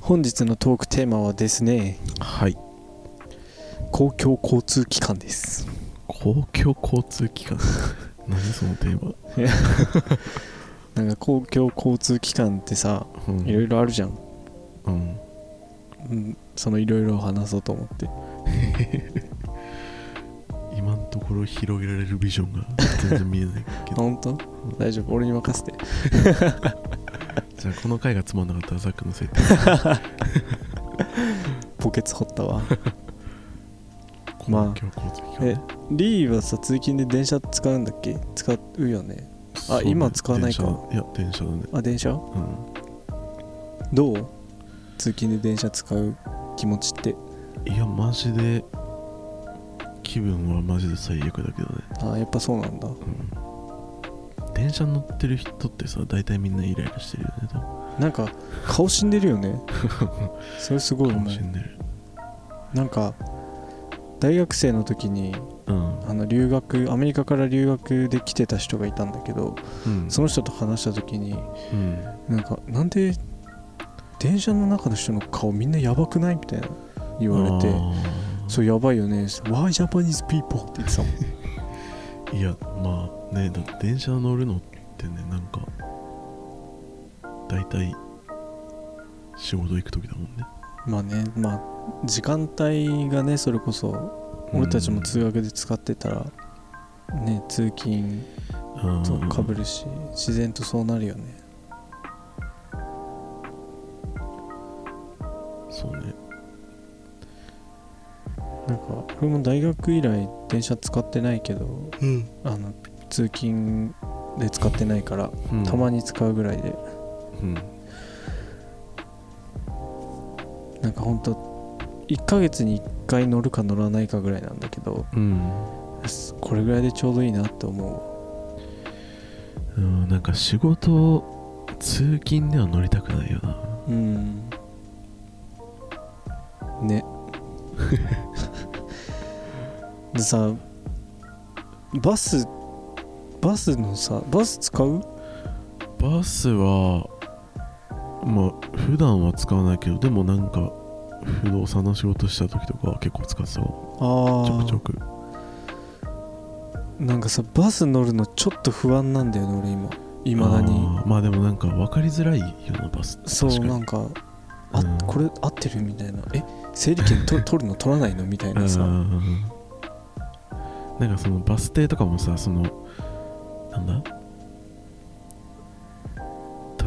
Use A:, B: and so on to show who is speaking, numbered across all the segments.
A: 本日のトークテーマはですね
B: はい
A: 公共交通機関です
B: 公共交通機関何そのテー
A: な
B: マ、
A: んか公共交通機関ってさ
B: うん
A: いろいろあるじゃん、
B: うん、
A: うん、そのいろいろ話そうと思って
B: 今のところ広げられるビジョンが全然見えない けど
A: 本当大丈夫俺に任せて
B: じゃあこの回がつまんなかったらザックのせいって
A: ポケツ掘ったわ
B: 公
A: まあ
B: 共交通機関、
A: えリーはさ通勤で電車使うんだっけ使うよね
B: そうね
A: 今使わないか
B: 電車いや電車だね
A: あ電車
B: う
A: どう通勤で電車使う気持ちって
B: んいやマジで気分はマジで最悪だけどね、
A: あやっぱそうなんだ
B: うん、電車乗ってる人ってさ大体みんなイライラしてるよね多分
A: なんか顔死んでるよ ねそれすごい
B: か
A: 思
B: もし
A: うん
B: でる
A: なんか大学生の時に
B: うん、
A: あの留学アメリカから留学で来てた人がいたんだけど
B: うん
A: その人と話した時に
B: うん
A: なんかなんで電車の中の人の顔みんなやばくないみたいな言われて
B: あ
A: 「
B: ー
A: そうやばいよね」「Why Japanese people」って言ってたもん
B: いやまあねだって電車乗るのってねなんか大体仕事行く時だもんね
A: まあねまあ時間帯がねそれこそ俺たちも通学で使ってたら、ね通勤とかぶ
B: る
A: るし自然とそうなるよね
B: そうね
A: なんか俺も大学以来電車使ってないけど
B: うん、
A: あの通勤で使ってないからたま
B: に、
A: に使うぐらいで
B: うん、
A: なんかほんと1ヶ月に1回乗るか乗らないかぐらいなんだけど
B: うん
A: すこれぐらいでちょうどいいなって思
B: うん、なんか仕事通勤では乗りたくないよな
A: ううんね でさバスバスのさバス使う
B: バスはまあ普段は使わないけどでもなんか不動産の仕事した時とかは結構使ってたわ
A: あ
B: ちょくちょ
A: あ
B: く
A: なんかさバス乗るのちょっと不安なんだよね俺今いまだに
B: あーまあでもなんか分かりづらいようなバスって
A: そう
B: 確かに
A: なんかあ、
B: うん
A: これ合ってるみたいなえ整理券 と取るの取らないのみたいなさ、
B: うんうんうんうんなんかそのバス停とかもさそのなんだ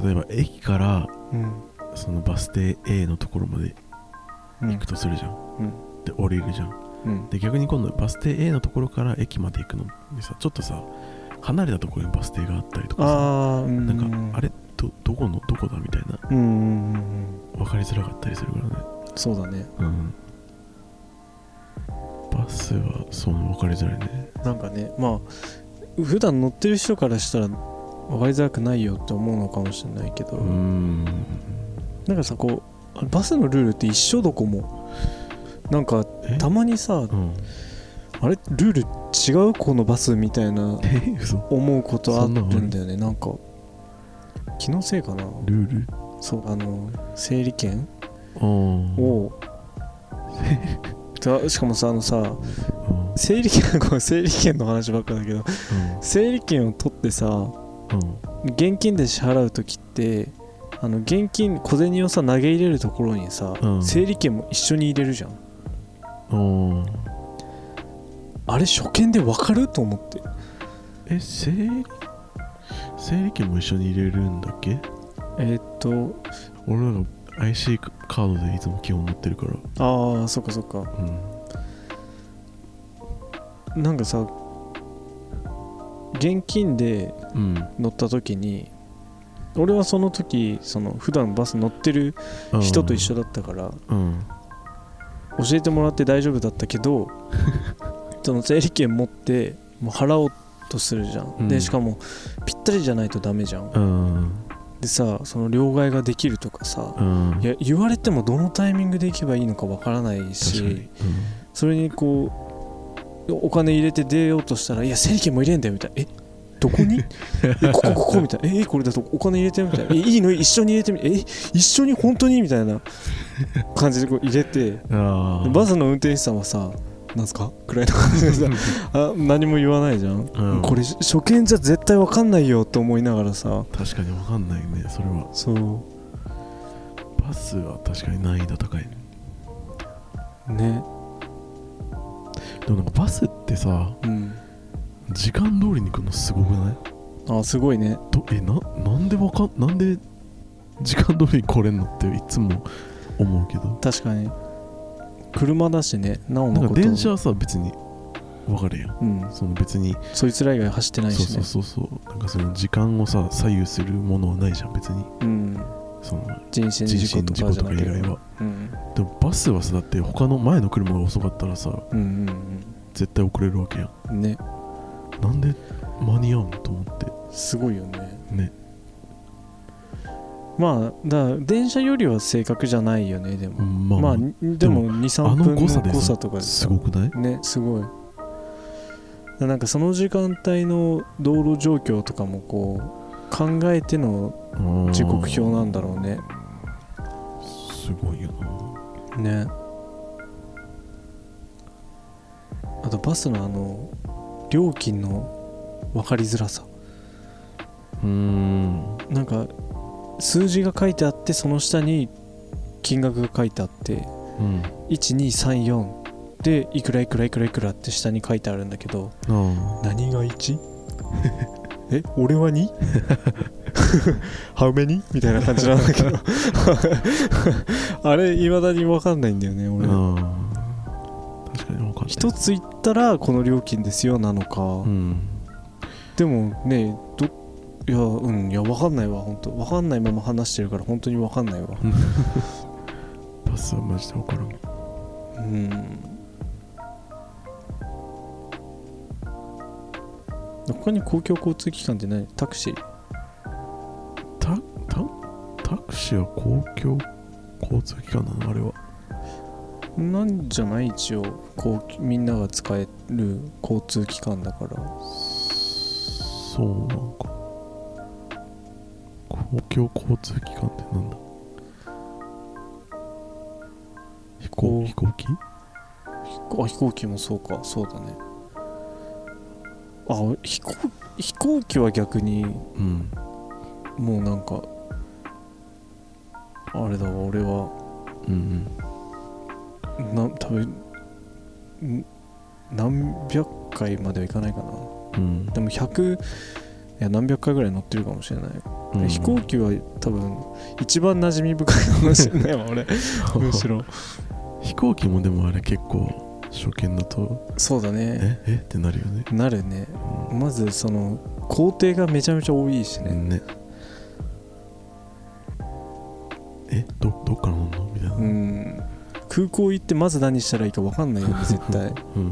B: 例えば駅から
A: うん
B: そのバス停 A のところまで
A: うん
B: 行くとするじゃん、
A: うん
B: で降りるじゃん
A: うん
B: で逆に今度バス停 A のところから駅まで行くのにさちょっとさ離れたところにバス停があったりとかさ
A: ああうん
B: なんかあれどどこのどこだみたいな
A: うんうんうん
B: 分かりづらかったりするからね
A: そうだね
B: うんバスはそう分かりづらいね
A: なんかねまあ普段乗ってる人からしたら分かりづらくないよって思うのかもしれないけど、
B: うーん
A: なんかさこうあバスのルールって一緒どこもなんか
B: え
A: たまにさ
B: うん
A: あれルール違うこのバスみたいな
B: え 嘘
A: 思うことあ
B: そ
A: る
B: んなのある
A: んだよねなんか気のせいかな
B: ルール
A: そうあの整理券
B: あー
A: をだしかもさあのさ
B: あー
A: 整理券 これ整理券の話ばっかだけど整理券を取ってさ
B: うんうん
A: 現金で支払う時ってあの現金小銭をさ投げ入れるところにさ、
B: うん
A: 整理券も一緒に入れるじゃん
B: あー
A: あれ初見で分かると思って
B: え整理整理券も一緒に入れるんだっけ
A: えーっと
B: 俺なんか IC カードでいつも基本持ってるから
A: ああそっかそっか
B: うん
A: なんかさ現金で
B: うん
A: 乗った時に俺はその時その普段バス乗ってる
B: うん
A: 人と一緒だったから
B: うん
A: 教えてもらって大丈夫だったけどその整理券持ってもう払おうとするじゃん、
B: う
A: で
B: ん
A: しかもぴったりじゃないとダメじゃん
B: うん
A: でさその両替ができるとかさ
B: うん
A: いや言われてもどのタイミングで行けばいいのかわからない
B: 確か
A: し
B: に
A: それにこうお金入れて出ようとしたら「いや整理券も入れんだよ」みたいな「えどこ にえここここ」みたいな「えこれだとお金入れて」みたいな「えいいの一緒に入れてみえ一緒に本当に?」みたいな感じでこう入れて
B: うんあ
A: で
B: あ
A: バスの運転手さんはさ「なんすか?」くらいの感じで さあ何も言わないじゃん、
B: うん
A: これ初見じゃ絶対わかんないよと思いながらさ
B: 確かに分かんないねそれは
A: そう
B: バスは確かに難易度高いね
A: ね
B: でもなんかバスってさ
A: うん
B: 時間通りに来るのすごくない
A: あすごいね
B: どえななんでわかんなんで時間通りに来れんのっていつも思うけど
A: 確かに車だしねなお
B: な
A: の
B: ん
A: こと
B: か電車はさ別に分かるやん
A: うん
B: その別に
A: そいつら以外走ってない
B: そう
A: し
B: そ
A: ね
B: うそうそうなんかその時間をさ左右するものはないじゃん別に
A: うん
B: その
A: 人身事
B: 人
A: 故
B: 身事
A: と
B: 故
A: か
B: と
A: じゃ
B: か
A: な
B: 以
A: け
B: 外
A: れば
B: は
A: うん
B: でもバスはさだって他の前の車が遅かったらさ
A: うん
B: 絶対遅れるわけや
A: うんうんね
B: んなんで間に合うのと思っ
A: すごいよね
B: てね
A: まあだから電車よりは正確じゃないよねで
B: う
A: も、
B: んまあ、
A: まあ
B: ま
A: にでも23
B: あの
A: 分
B: 誤差
A: の
B: で
A: 誤
B: さ
A: 差とか
B: あ
A: です
B: ごくない
A: ねすごいなんかその時間帯の道路状況とかもこう考えての時刻表なんだろうね
B: うんすごいよな
A: ねあとバスのあの料金の分かりづらさ
B: うん
A: なんか数字が書いてあってその下に金額が書いてあって
B: うん
A: 1234でいくらいくらいくらいくらって下に書いてあるんだけど
B: あ
A: 何が 1? え俺は 2? ハウメニみたいな感じなんだけど あれいまだに分かんないんだよね
B: あ
A: 俺
B: うん確かに分かんない
A: 一つ行ったらこの料金ですよなのか、
B: うん
A: でもねどいやうんいや分かんないわ本当分かんないまま話してるから本当に分かんないわ
B: バスはマジで分からん
A: うん他に公共交通機関って何タクシー
B: タタタクシーは公共交通機関なのあれは
A: なんじゃない一応こうみんなが使える交通機関だから
B: そうなんか公共交通機関ってなんだ飛
A: こう
B: 行飛行機
A: あ飛行機もそうかそうだねあ飛行飛行機は逆に
B: うん
A: もうなんかあれだわ俺は
B: うん
A: な多分ん何百回まではいかないかな
B: うん
A: でも100いや何百回ぐらい乗ってるかもしれない、
B: うん
A: 飛行機は多分一番馴染み深いかもしれないわ俺 むしろ
B: 飛行機もでもあれ結構初見だと
A: そうだね
B: ええってなるよね
A: なるね
B: う
A: まずその工程がめちゃめちゃ多いしね
B: んねえどどっからなんのみたいな
A: うん、空港行ってまず何したらいいか分かんないよね絶対
B: うん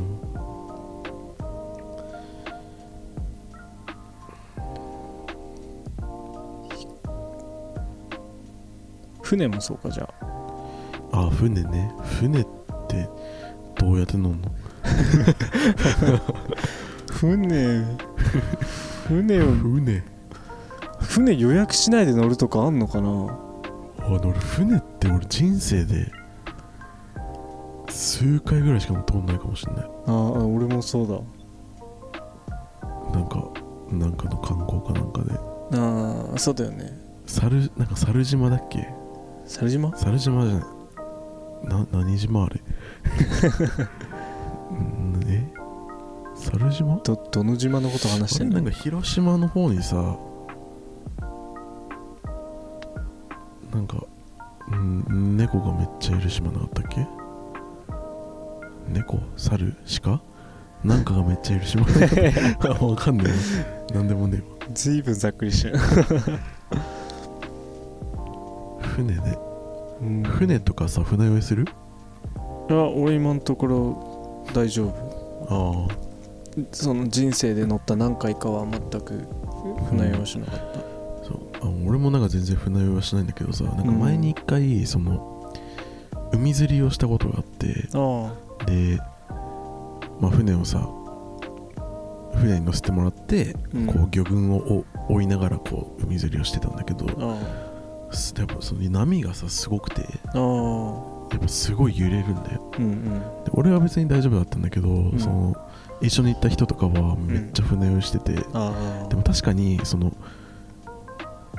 A: 船もそうかじゃあ
B: あ船ね船ってどうやって乗んの
A: 船船を
B: 船
A: 船予約しないで乗るとかあんのかな
B: あで俺船って俺人生で数回ぐらいしか通んないかもしんない
A: ああ俺もそうだ
B: なんかなんかの観光かなんかで
A: ああそうだよね
B: 猿なんか猿島だっけ
A: 猿島
B: 猿島じゃないな何島あれ うんえ猿島
A: どどの島のこと話し
B: あ
A: て
B: れ
A: ん
B: な
A: の
B: んか広島の方にさなんか、うん、猫がめっちゃいる島なかったっけ猫猿鹿なんかがめっちゃいる島 わかんないなんでもね
A: ずいぶんざっくりしてる
B: 船で
A: うん
B: 船とかさ船酔いする
A: いや俺今のところ大丈夫
B: あ
A: その人生で乗った何回かは全く
B: あ
A: 船用しなかった
B: そうあ俺もなんか全然船酔いはしないんだけどさなんか
A: うん
B: 前に一回その海釣りをしたことがあって
A: あ
B: で、まあ、船をさ船に乗せてもらって、
A: うん
B: こう魚群を追追いながらこう海釣りをしてたんだけど
A: ああ
B: すやっぱその波がさすごくて
A: あああ
B: やっぱすごい揺れるんだよ
A: うんうん
B: で俺は別に大丈夫だったんだけど、
A: ん
B: その一緒に行った人とかはめっちゃ船酔いしてて、
A: あ
B: でも確かにその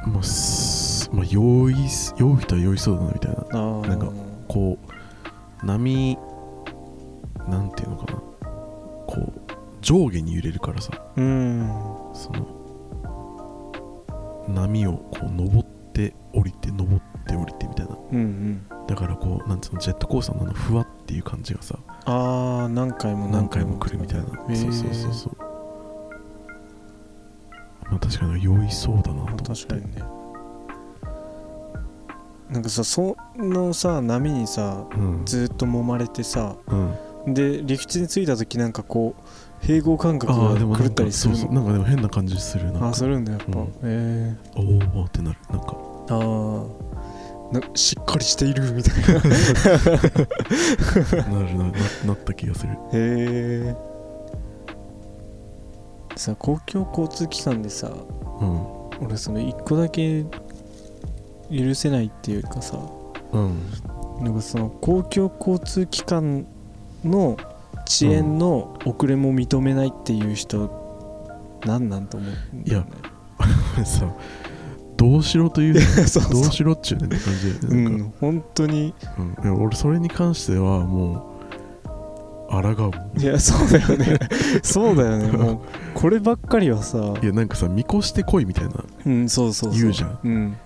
B: まあ、すまあ、用意す用意人は用意そうだなみたいな
A: あああ
B: なんかこう波なんていうのかなこう上下に揺れるからさ
A: うん
B: その波をこう登って降りて登って降りてみたいな
A: うんうん
B: だからこうなんつうのジェットコースターのあのふわっていう感じがさ
A: ああ何回も
B: 何回も来るみたいな
A: へー
B: そうそうそうそうまあ確かに酔いそうだなと思って
A: 確かにねなんかさそのさ波にさ
B: うん
A: ずーっと揉まれてさ
B: うん
A: で陸地に着いた時なんかこう併合感覚
B: ああ
A: が
B: ーでも
A: 狂っ
B: なん
A: た
B: か
A: りす
B: そう
A: る
B: そう
A: の
B: なんかでも変な感じするなん
A: あ
B: か
A: あするんだやっぱ、
B: うん
A: え
B: おーおーってなるなんか
A: えああなしっかりしているみたいなへ
B: なるなななった気がする
A: えさ公共交通機関でさ
B: うん
A: 俺その一個だけ許せないっていうかさ
B: うん
A: なんかその公共交通機関の遅延の遅れも認めないっていう人、なんなんと思うんだよね。
B: これさどうしろとい う
A: そうそ
B: ど
A: う
B: うしろっちゅうねんって感じだ
A: う
B: よねなんか
A: ん、本当に
B: うんでも俺それに関してはもう抗うもん
A: いやそうだよねそうだよねもうこればっかりはさ
B: いやなんかさ見越してこいみたいな
A: うんそうそうそう
B: 言うじゃん
A: うん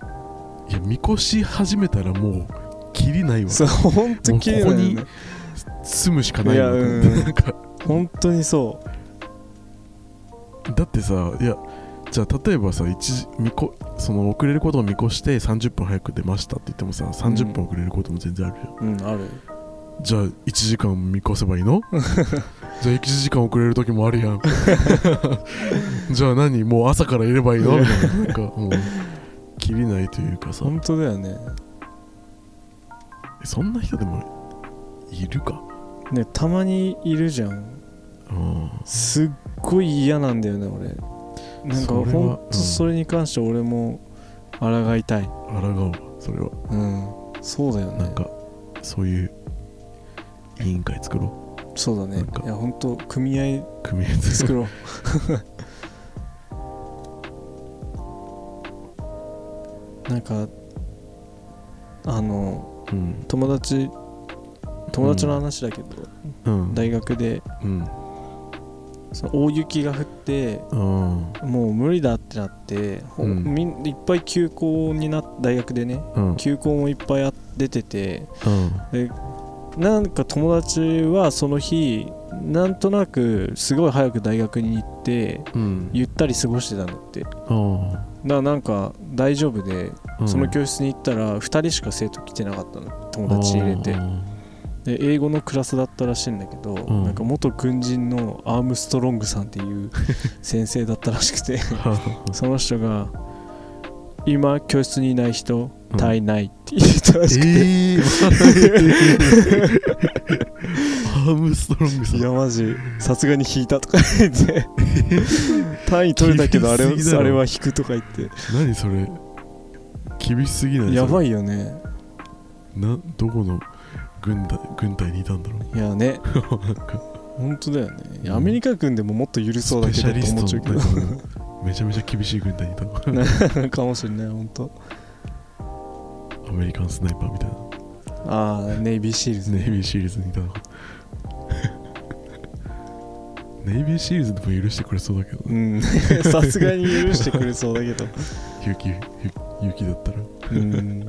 B: いや見越し始めたらもうキリないわ
A: そう本当綺麗だよ
B: もう
A: ね
B: こ住むしかないわ
A: いやうん
B: なんか
A: 本当にそ
B: だってさいやじゃあ例えばさ一時見こその遅れることを見越して30分早く出ましたって言ってもさ30分遅れることも全然あるよ、
A: ううんある
B: じゃあ1時間見越せばいい のじゃあ1時間遅れる時もあるやん じゃあ何もう朝からいればいいのみたいななんかもう切りないというかさ
A: 本当だよね
B: そんな人でもいるか
A: ねたまにいるじゃん
B: うん
A: すっごい嫌なんだよね俺なんか
B: それは
A: 本当それに関して俺も抗いたい
B: 抗うわそれは
A: うんそうだよ
B: なん
A: ね
B: かそういう委員会作ろ
A: そうだね
B: なんか
A: いや本当組合
B: う組合作
A: 作
B: ろ
A: ろう なんかあの
B: ううん
A: 友達友達の話だけど、
B: うん
A: 大学で
B: うん
A: その大雪が降って
B: うん
A: もう無理だってなって、ほ
B: うん
A: みんいっぱい休校になっ大学でね
B: うん
A: 休校もいっぱいあ出てて
B: うん
A: なんか友達はその日なんとなくすごい早く大学に行って
B: うん
A: ゆったり過ごしてたんだってだか
B: あ
A: らなんか大丈夫で、
B: あ
A: その教室に行ったら2人しか生徒来てなかったの友達入れてで英語のクラスだったらしいんだけど、
B: ん
A: なんか元軍人のアームストロングさんっていう 先生だったらしくてその人が「今教室にいない人
B: うん
A: 足りない」って言ったらしくて、
B: ええー、アームストロングさん
A: いやマジさすがに引いたとか言って 単位取れたけどあれ
B: 厳しすぎだろ
A: あれは引くとか言って
B: 何それ厳しすぎない
A: やば
B: い
A: いよね
B: などこの軍隊軍隊にいたんだろう
A: いやね
B: なんか
A: 本当だよねいや
B: うん
A: アメリカ軍でももっと許 そうだけ
B: ス
A: どと
B: ペシャリス
A: 思っちゃう
B: ト
A: け
B: のなんかもうめちゃめちゃ厳しい軍隊にいたの
A: どかもしれない本当
B: アメリカンスナイパーみたいな
A: ああネイビーシールズ
B: ネイビーシールズにいたの ネイビーシールズでも許してくれそうだけど
A: う
B: ね
A: んさすがに許してくれそうだけど
B: 雪雪雪だったら
A: うん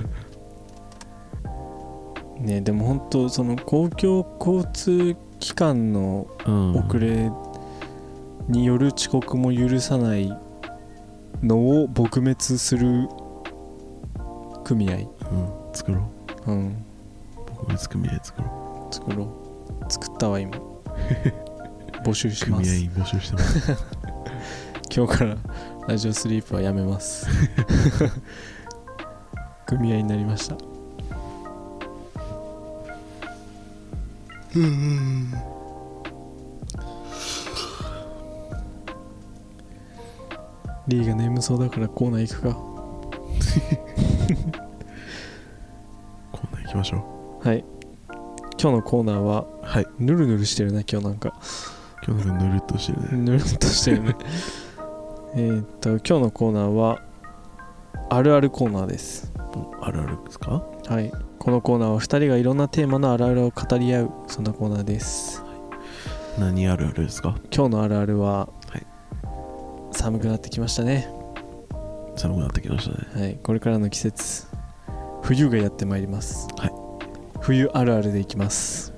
A: ねでも本当その公共交通機関の
B: うん
A: 遅れによる遅刻も許さないのを撲滅する組合
B: うん作ろう
A: うん
B: 僕つ組合作ろ
A: 作ろう作ったわ 今募集
B: う
A: し
B: 組合
A: ます
B: 員募集してます
A: 今日からラジオスリープはやめます 組合になりました
B: うん
A: リーが眠そうだからコーナー行くか
B: こんなん行きましょ
A: はい今日のコーナーは
B: うはい
A: ぬるぬるしてるね今日なんか
B: 今日なんかぬるっとしてるね
A: ぬるっとして るねえーっと今日のコーナーはあるあるコーナーです
B: あるあるですか
A: はいこのコーナーは2人がいろんなテーマのあるあるを語り合うそんなコーナーです
B: 何あるあるですか
A: 今日のあるあるは、
B: はい
A: 寒くなってきましたね
B: 寒くなってきましたね
A: はいこれからの季節冬がやってまいります
B: はい
A: 冬あるあるでいきます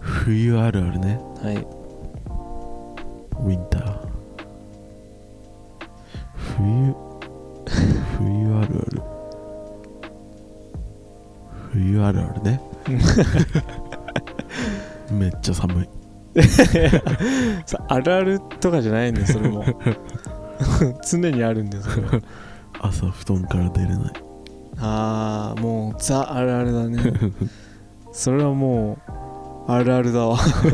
B: 冬あるあるね
A: はい
B: ウィンター冬冬あるある冬あるあ るねめっちゃ寒い
A: さあるあるとかじゃないんだよそれ も常にあるんだよそれは
B: 朝布団から出れない
A: ああもうザあるあるだね それはもうあるあるだわ
B: で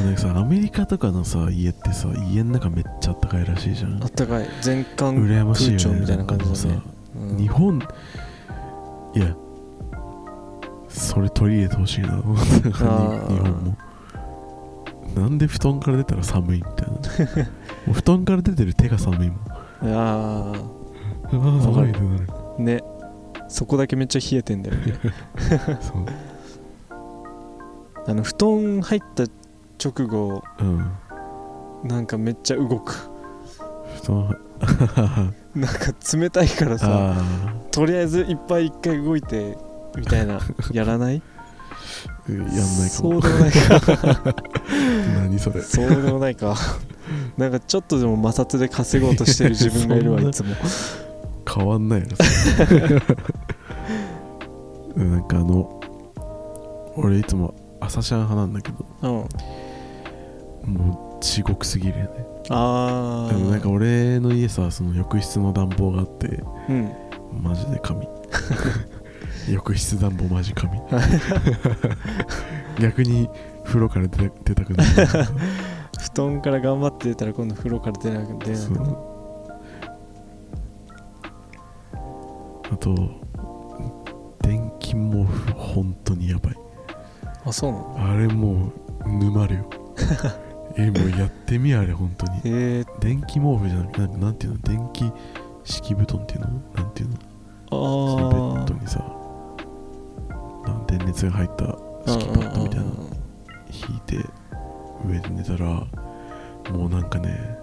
B: もなんかさアメリカとかのさ家ってさ家の中めっちゃあったかいらしいじゃん
A: あったかい全館、
B: 羨ましい
A: 空
B: よ
A: 調
B: ね
A: みたいな感じだね
B: んかも
A: う
B: うんさ日本いやそれ取り入れてほしいな日
A: ー
B: 本もなんで布団から出たら寒いみたいな もう布団から出てる手が寒いもんあ
A: あ
B: あー
A: わか
B: 寒
A: る
B: いってなる
A: あねそこだけめっちゃ冷えてんだよ ね
B: そう
A: あの布団入った直後
B: うん
A: なんかめっちゃ動く
B: 布団あ
A: なんか冷たいからさ
B: あ
A: とりあえずいっぱい一回動いてみたい なやらない
B: ーやんないか
A: そう
B: も
A: でもないか
B: 何それ
A: そうでもないかなんかちょっとでも摩擦で稼ごうとしてる自分がいるわ
B: そんない
A: つも
B: 変わん ないよなそれうんなんかあの俺いつも朝シャン派なんだけど
A: うん
B: もう地獄すぎるよね
A: ああ
B: でもなんか俺の家さその浴室の暖房があって
A: うん
B: マジで神浴室暖房マジ神逆に風呂から出た出たくない
A: 布団から頑張って出たら今度風呂から出なく出な
B: そ
A: くなる
B: うあと電気毛布本当にやばい
A: あそうなの
B: あれもう沼るよえもうやってみあれ本当に
A: えー、
B: 電気毛布じゃなくてなんなんていうの電気敷布団っていうのなんていうのそのベッ
A: あ
B: ドにさなん電熱が入った
A: あ
B: 敷パッドみたいな
A: うんうんうんうん
B: 引いて上で寝たらもうなんかね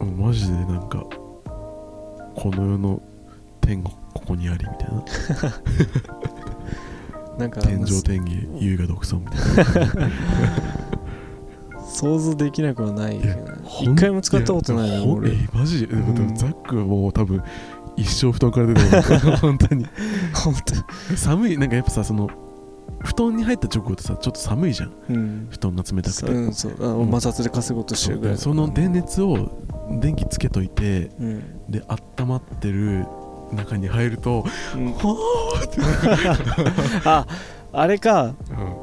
B: うんマジでなんかこの世の天国ここにありみたいな
A: なんか
B: 天上天下優雅独尊みたいな
A: 想像できなくはないけどね
B: ほん
A: 一回も使ったことない
B: や
A: の
B: ほん
A: 俺
B: えマジででもで
A: う
B: も
A: ん
B: ザックはもう多分一生布団から出てるよ 本当に
A: 本
B: 寒いなんかやっぱさその布団に入った直後ってさちょっと寒いじゃん
A: 当うん
B: 布団が冷たくて、
A: うんそうあ
B: うん
A: 摩擦で稼ごうとしてるぐらい
B: その電熱を電気つけといて
A: うん
B: で温まってる中に入ると、
A: うん
B: は
A: ああれか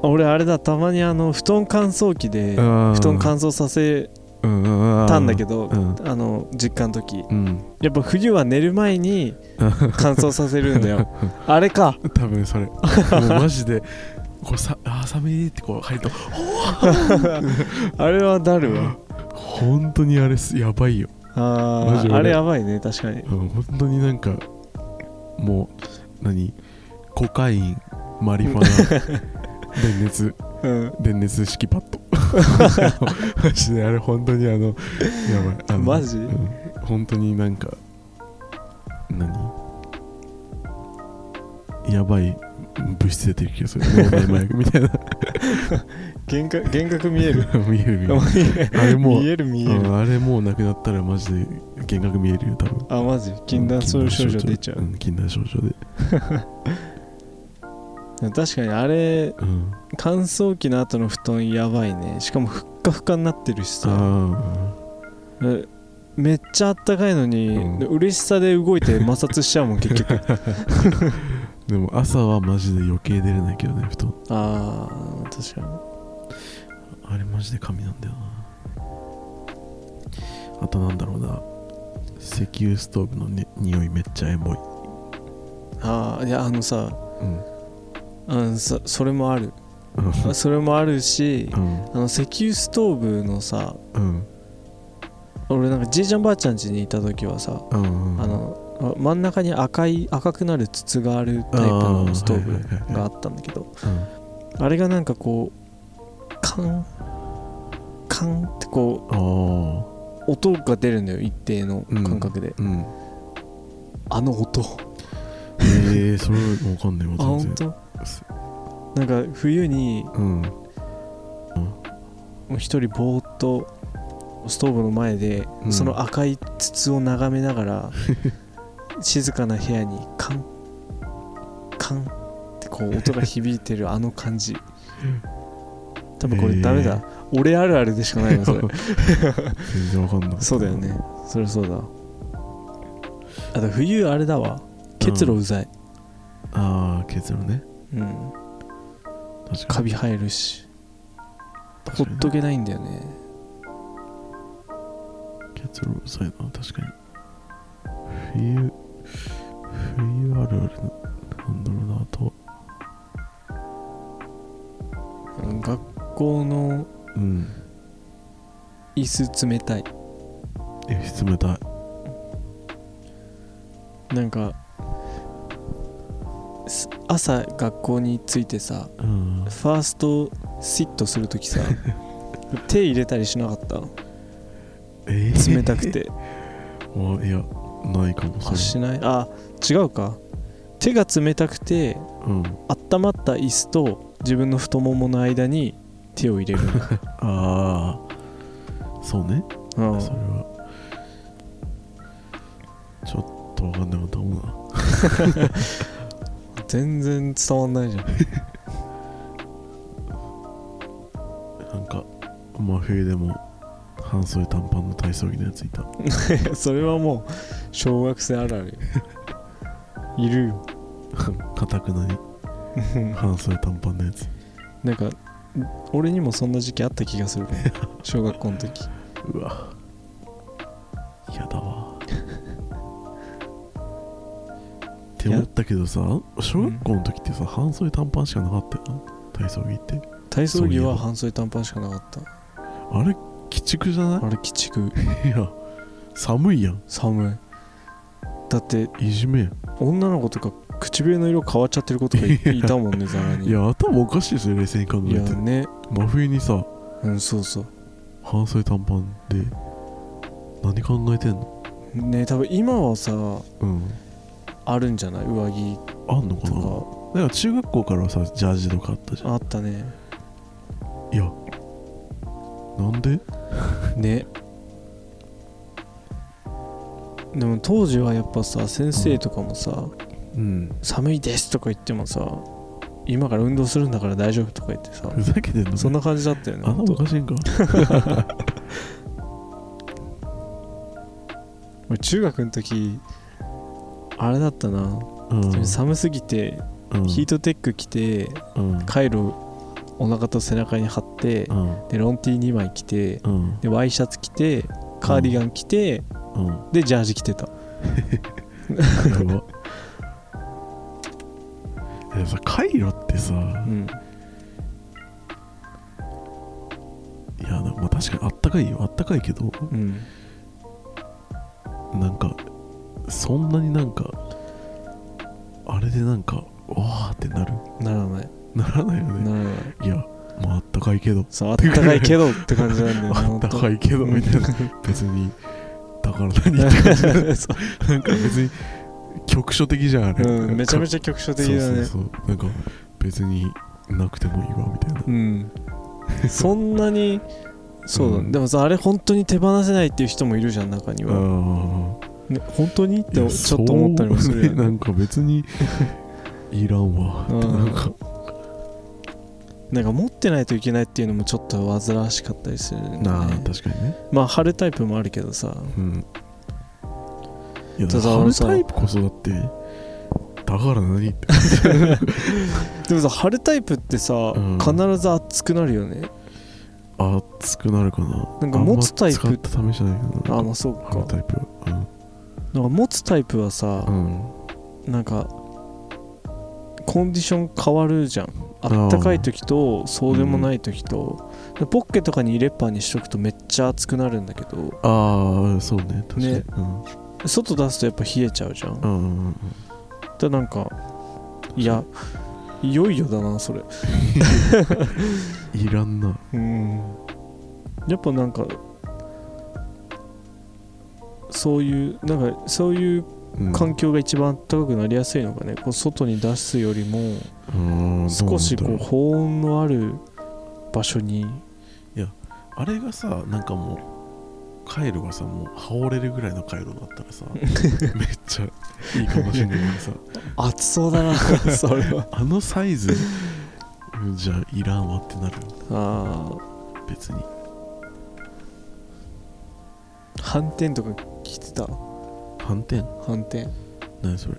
B: あ
A: 俺あれだたまにあの布団乾燥機で布団乾燥させ
B: 燥
A: たんだけど
B: うん
A: あの実家の時
B: うん、
A: やっぱ冬は寝る前に乾燥させるんだ よあれか
B: 多分それもうマジでこうさあー寒いってこう入ると
A: あれはなるわ
B: 本当にあれすやばいよ、マ
A: あ
B: ジ
A: ー
B: 俺
A: あれやばいね確かに
B: うん、本当になんかもう何コカインマリファ ナ電熱
A: うん
B: 電熱式パッ ドマジであれ本当にあのやばいあの
A: マジ
B: うん本当になんか何やばい物質出てる気がする脳内麻薬みたいな
A: 幻覚幻覚見え る
B: 見える見えるあれもう
A: 見える見え
B: う
A: る
B: んあれもうなくなったらマジで幻覚見えるよ多分
A: あマジ禁断症状出ちゃう、
B: ん禁断症状で、
A: 確かにあれ
B: うん、
A: 乾燥機の後の布団やばいねしかもふっかふかになってるしさ
B: あ
A: えめっちゃあったかいのに、
B: うん
A: で嬉しさで動いて摩擦しちゃうもん結局
B: あでも朝はマジで余計出れないけどね布団
A: あー確か
B: あれマジで神なんだよなあとなんだろうな石油ストーブのに匂いめっちゃエモい、
A: にああいやあのさ
B: うん
A: あのさそれもある
B: うん
A: あそれもあるし
B: うん
A: あの石油ストーブのさ
B: うん
A: 俺なんかじいちゃんばあちゃん家にいた時はさ、
B: うん
A: あのあ真ん中に赤い赤くなる筒があるタイプのストーブ
B: ブ
A: があったんだけどあれがなんかこうカンカンってこ
B: ああ
A: う音が出るんだよ一定の感覚で、
B: うん
A: あの音
B: えー、それわかんないわ
A: あ
B: 全
A: 本
B: 然
A: 当なんか冬に
B: うん
A: もう一人ぼーっとストーブの前で、
B: うん
A: その赤い筒を眺めなが ら静かな部屋にカンカンってこう音が響いてるあの感じ多分これダメだ、俺あるあるでしかない のそれ
B: 全然わかんない
A: そうだよねそれそうだあと冬あれだわ結露うざい、
B: ああ結論ね
A: うん、
B: 確か
A: カ
B: に
A: ビ生えるしほ
B: 確かに
A: っとけないんだよね
B: 結論そうやな確かに冬冬あるあるなんだろうなあと
A: うん学校の
B: うん
A: 椅子冷たい
B: え冷たい
A: なんかす朝学校に着いてさ
B: うん
A: ファーストシットするときさ手入れたりしなかった
B: えー、
A: 冷たくて、
B: あいやないかも
A: あ
B: そ
A: しないあ違うか手が冷たくて
B: れうん
A: 温まった椅子と自分の太ももの間に手を入れる、
B: ああそうね
A: うん
B: それはちょっとわかんなかったもんな
A: 全然伝わんないじゃん
B: なんか真冬でも半袖短パンの体操着のやついた
A: それはもう小学生あるあるよいるよ
B: かたくなに半袖短パンのやつ
A: なんか俺にもそんな時期あった気がするね 小学校の時
B: うわ嫌だわって思ったけどさ小学校の時ってさ、半袖短パンしかなかったよな体操着って
A: 体操着
B: そういえ
A: は
B: ば
A: 半袖短パンしかなかった
B: あれ鬼畜じゃな
A: あれ鬼畜
B: いいや寒いやん
A: 寒いだって
B: いじめやん
A: 女の子とか唇の色変わっちゃってる子とかいいたもんねざらに
B: いや頭おかしいですよ冷静に考え
A: い
B: て
A: やね
B: 真冬にさ
A: うんそうそう
B: 半袖短パンで何考えてんの
A: ね多分今はさ
B: うん
A: あるんじゃない上着
B: あんのかな
A: と
B: だから中学校からはさジャージとかあったじゃ
A: かあったね
B: んいやなんで
A: ねでも当時はやっぱさ先生とかもさ、
B: うん
A: 寒いですとか言ってもさ今から運動するんだから大丈夫とか言ってさ
B: ふざけてんの
A: そんな感じだったよね
B: 頭おかしいんか
A: 俺中学の時あれだったな、
B: うん
A: 寒すぎて
B: うん
A: ヒートテック着て
B: うん
A: カイロお腹と背中に貼って
B: うん
A: でロンティー2枚着て
B: うん
A: でワイシャツ着てカーディガン着て
B: うん
A: でジャージ着てた
B: やばいやさカイロってさ、
A: うん
B: いやでもまあ確かにあったかいよあったかいけど
A: うん
B: なんかそんなになんかあれでなんかわーってなる
A: ならない
B: ならないよね
A: ならない
B: いやまああったかいけど
A: そうあったかいけどって感じなんだよね
B: あ
A: ほ
B: っ
A: ん
B: た
A: と
B: かいけどみたいな別にだから何って感じ なんか別に局所的じゃんあれ、
A: うんめちゃめ
B: ち
A: ちゃ局所
B: ゃ
A: 的だね
B: そうそうそうなんか別になくてもいいわみたいな
A: うん、そんなにそうだ、ねでもさあれ本当に手放せないっていう人もいるじゃん中に
B: あ
A: は、
B: ー
A: ね、本当にっ
B: い
A: て
B: や
A: ちょっと思ったりもする
B: そう
A: よ
B: ね
A: ね
B: なんか別にいらんわって
A: うん
B: なんか
A: なんか持ってないといけないっていうのもちょっと煩わしかったりするんだよね
B: なあ確かにね
A: まあ貼るタイプもあるけどさ
B: うんいや
A: た
B: だ
A: だ
B: から
A: あ
B: あ
A: の
B: の
A: さ
B: タイプこそだってだから何って
A: でもさ貼るタイプってさ、
B: ん
A: 必ず熱くなるよね
B: 熱くなるかな
A: なんか持つタイプ
B: あんま使った試しないけど
A: あ
B: な
A: まあそう
B: あの
A: か
B: タイプ
A: なんか持つタイプはさ
B: う、ん、うん、
A: なんかコンディション変わるじゃんあったかい時とそうでもない時と、ポッケとかに入れっぱにしとくとめっちゃ熱くなるんだけど
B: ああそうね確かに、
A: ね
B: うん
A: 外出すとやっぱ冷えちゃうじゃん
B: う
A: だか
B: んうんうん
A: らなんかいやいよいよだなそれ
B: いらんな
A: うんやっぱなんかそういうなんかそういう
B: うん
A: 環境が一番高くなりやすいのかね、こう外に出すよりも
B: うん
A: 少し
B: ど
A: こ
B: な
A: うん
B: だろ
A: 保温のある場所に
B: あれがさなんかもうカイロがさもう羽織れるぐらいのカイロだったらさめっちゃいいかもしれないけどさ
A: 暑そうだ なそれは
B: あのサイズじゃいらんわってなるよ
A: あ
B: 別に
A: ー反転とか聞いてた
B: 反転
A: 反転
B: 何それ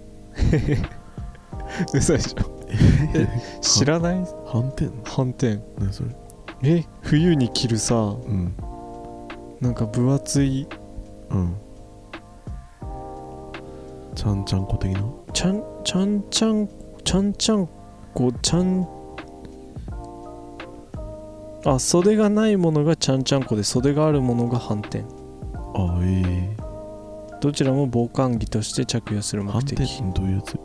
A: 嘘でしょ 知らない
B: 反転
A: 反転
B: 何それ
A: え冬に着るさ
B: うん
A: なんか分厚い
B: うんちゃんちゃんこ的な
A: ちゃんちゃんちゃんちゃんちゃんこちゃんあ袖がないものがちゃんちゃんこで袖があるものが反転
B: ああえ
A: どちらも防寒着として着用する
B: え
A: 目
B: 反転
A: 的
B: どういうやつ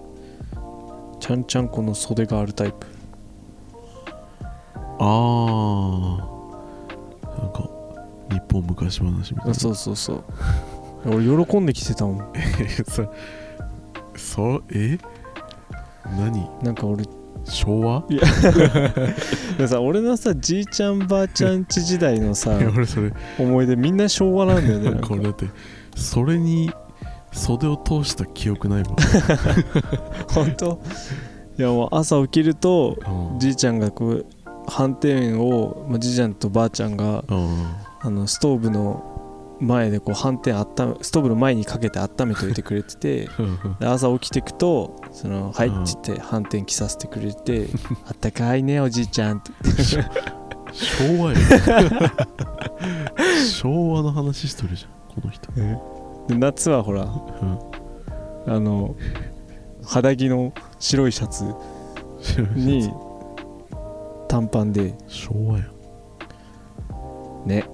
A: ちゃんちゃんこの袖があるタイプ
B: ああなんか日本昔話みたいな
A: あそうそうそう 俺喜んで着てたもん
B: えさそうえ何
A: なんか俺
B: 昭和
A: でさ俺のさじいちゃんばあちゃんち時代のさ
B: いや俺それ
A: 思い出みんな昭和なんだよね
B: な
A: なん
B: ん
A: か
B: か俺だってそれに袖を通した記憶ないわ
A: 本当いやもう朝起きると
B: うん
A: じいちゃんがこう反転面を、まあ、じいちゃんとばあちゃんが
B: うん
A: あのストーブの前でこう反転あっためストーブの前にかけて温めておいてくれててで朝起きてくと「そのはい」っ
B: うん
A: つって反転着させてくれ て「あったかいねおじいちゃん」って
B: 昭 和よ昭和の話しとるじゃんこの人
A: で夏はほらあの肌着の白いシャツ
B: うん
A: に短パンで
B: 昭和や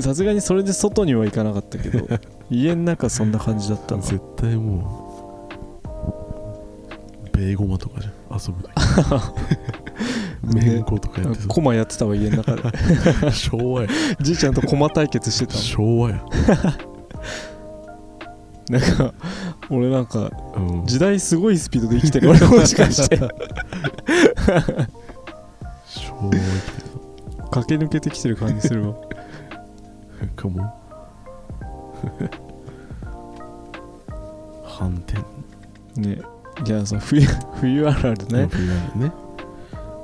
A: さすがにそれで外には行かなかったけ ど家の中そんな感じだったの
B: 絶対もうベーゴマとかじゃん遊 ぶ時めんことかやって
A: コマやってたわ家の中で
B: た昭和や
A: じいちゃんとコマ対決してたも
B: 昭和や
A: んなんか俺なんか
B: うん
A: 時代すごいスピードで生きてる俺もしかして
B: 昭和生きてる
A: 駆け抜けてきてる感じするわ
B: なん かもう反転
A: ねじゃあさ冬冬あるあるね、
B: 冬あるね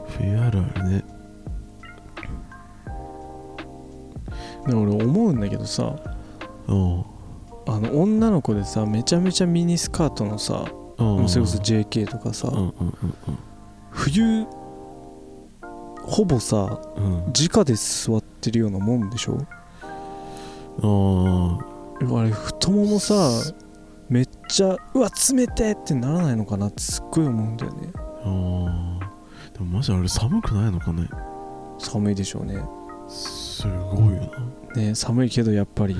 B: 冬あるあるね
A: で俺思うんだけどさ
B: うん
A: あの女の子でさめちゃめちゃミニスカートのさ
B: うん
A: それこそ JK とかさ、
B: うんうん
A: 冬ほぼさ
B: うんうん
A: 直で座ってるようなもんでしょ
B: うんあ
A: あれ太ももさめっちゃうわ冷てってならないのかなってすっごい思うんだよね
B: ーあーでもマジあれ寒くないのかね
A: 寒いでしょうね
B: すごいよな
A: ね寒いけどやっぱ り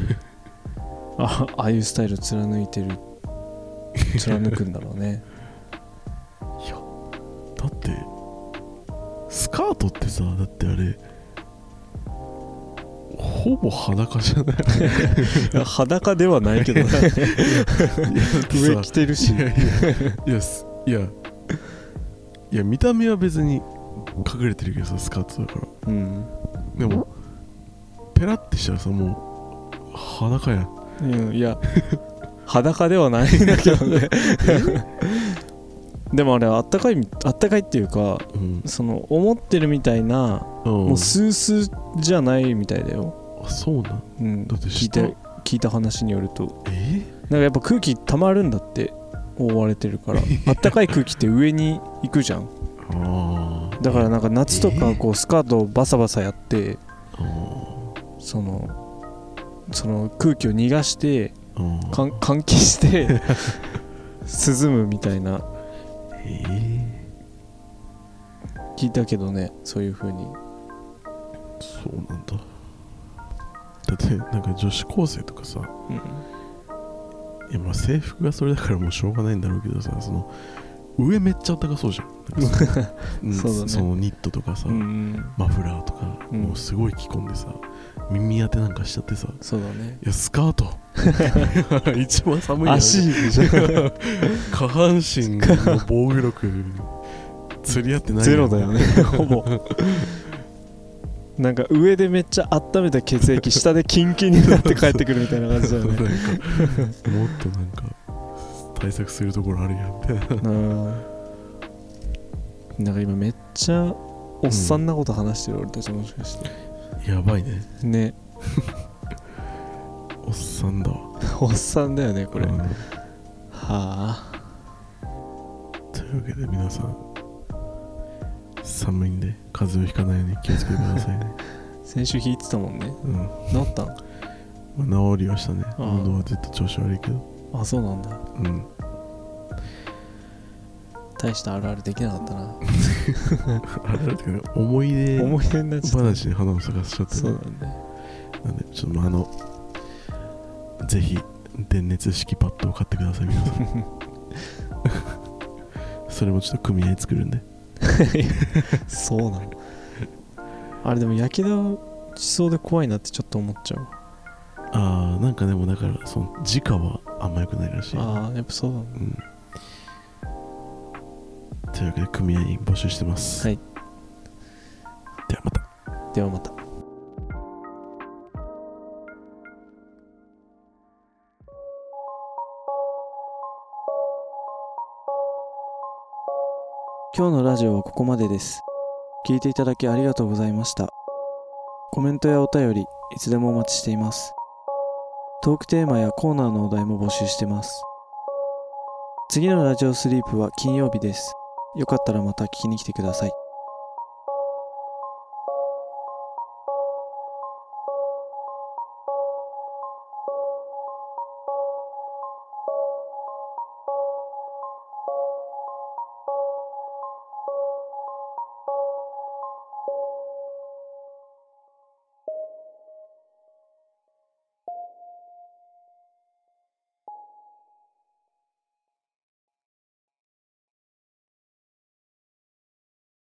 A: あああいうスタイル貫いてる貫くんだろう ね
B: だってスカートってさだってあれほぼ裸じゃ ない
A: 裸ではないけ ど
B: いやだってさ
A: 上着てるし
B: いやいやいやすいやいや見た目は別に隠れてるけどさスカートだから
A: うん、
B: でもペラってしたらさもう裸やん
A: うん、いや裸ではないんだけどね でもあれあったかいあったかいっていうか
B: うん
A: その思ってるみたいな、
B: も
A: もうスースーじゃないみたいだよ、
B: あそうなん
A: うん、
B: だっ
A: 聞
B: て
A: い
B: 下
A: て聞いた話によると
B: え
A: なんかやっぱ空気溜まるんだって覆われてる からあったかい空気って上に行くじゃん
B: ああ
A: だからなんか夏と
B: え
A: か
B: ー
A: こうスカートをバサバサやって
B: あー
A: そのその空気を逃がして
B: あー
A: かん換気して涼むみたいな
B: ええ
A: 聞いたけどねそういう風に
B: そうなんだだってなんか女子高生とかさいやまあ制服がそれだからもうしょうがないんだろうけどさその上めっちゃ高そうじゃんなんか そのうん
A: そうだね
B: そのニットとかさ、
A: うん
B: マフラーとか、
A: うん
B: もうすごい着込んでさ耳当てなんかしちゃってさ
A: そうだね
B: いやスカート 一番寒いやん
A: 足
B: 下半身の防御力釣り合ってな い
A: ゼロだよねほぼなんか上でめっちゃ温めた血液下でキンキンになって帰ってくるみたいな感じだよ
B: な んか
A: ね
B: もっとなんか対策するところあるやん みたいな
A: うんなんか今めっちゃおっさんなこと話してる、俺たちもしかして
B: やばいね
A: ね
B: おっさんだわ
A: おっさんだよねこれ、
B: うん
A: はあ
B: というわけで皆さん寒いんで風邪をひかないように気をつけてくださいね、
A: 先週弾いてたもんね
B: うん
A: 治ったん
B: まあ、治りはしたね
A: ああ
B: 喉はずっと調子悪いけど
A: あそうなんだ
B: うん
A: 大したあるあるできなかったな
B: あれだけど思い出
A: 思い出になっちゃっ
B: 話に花を咲かせちゃったて
A: そう
B: ね
A: だね
B: なんでちょっとまああのぜひ電熱式パッドを買ってください皆 さんそれもちょっと組合作るんで
A: そうなのあれでもやけどしそうで怖いなってちょっと思っちゃうわ
B: ああなんかでもだからその時価はあんま良くないらしい
A: ああやっぱそうだね
B: うんというわけで組合員募集してます
A: はい
B: ではまた
A: ではまた今日のラジオはここまでです聞いていただきありがとうございましたコメントやお便りいつでもお待ちしていますトークテーマやコーナーのお題も募集してます次のラジオスリープは金曜日ですよかったらまた聞きに来てください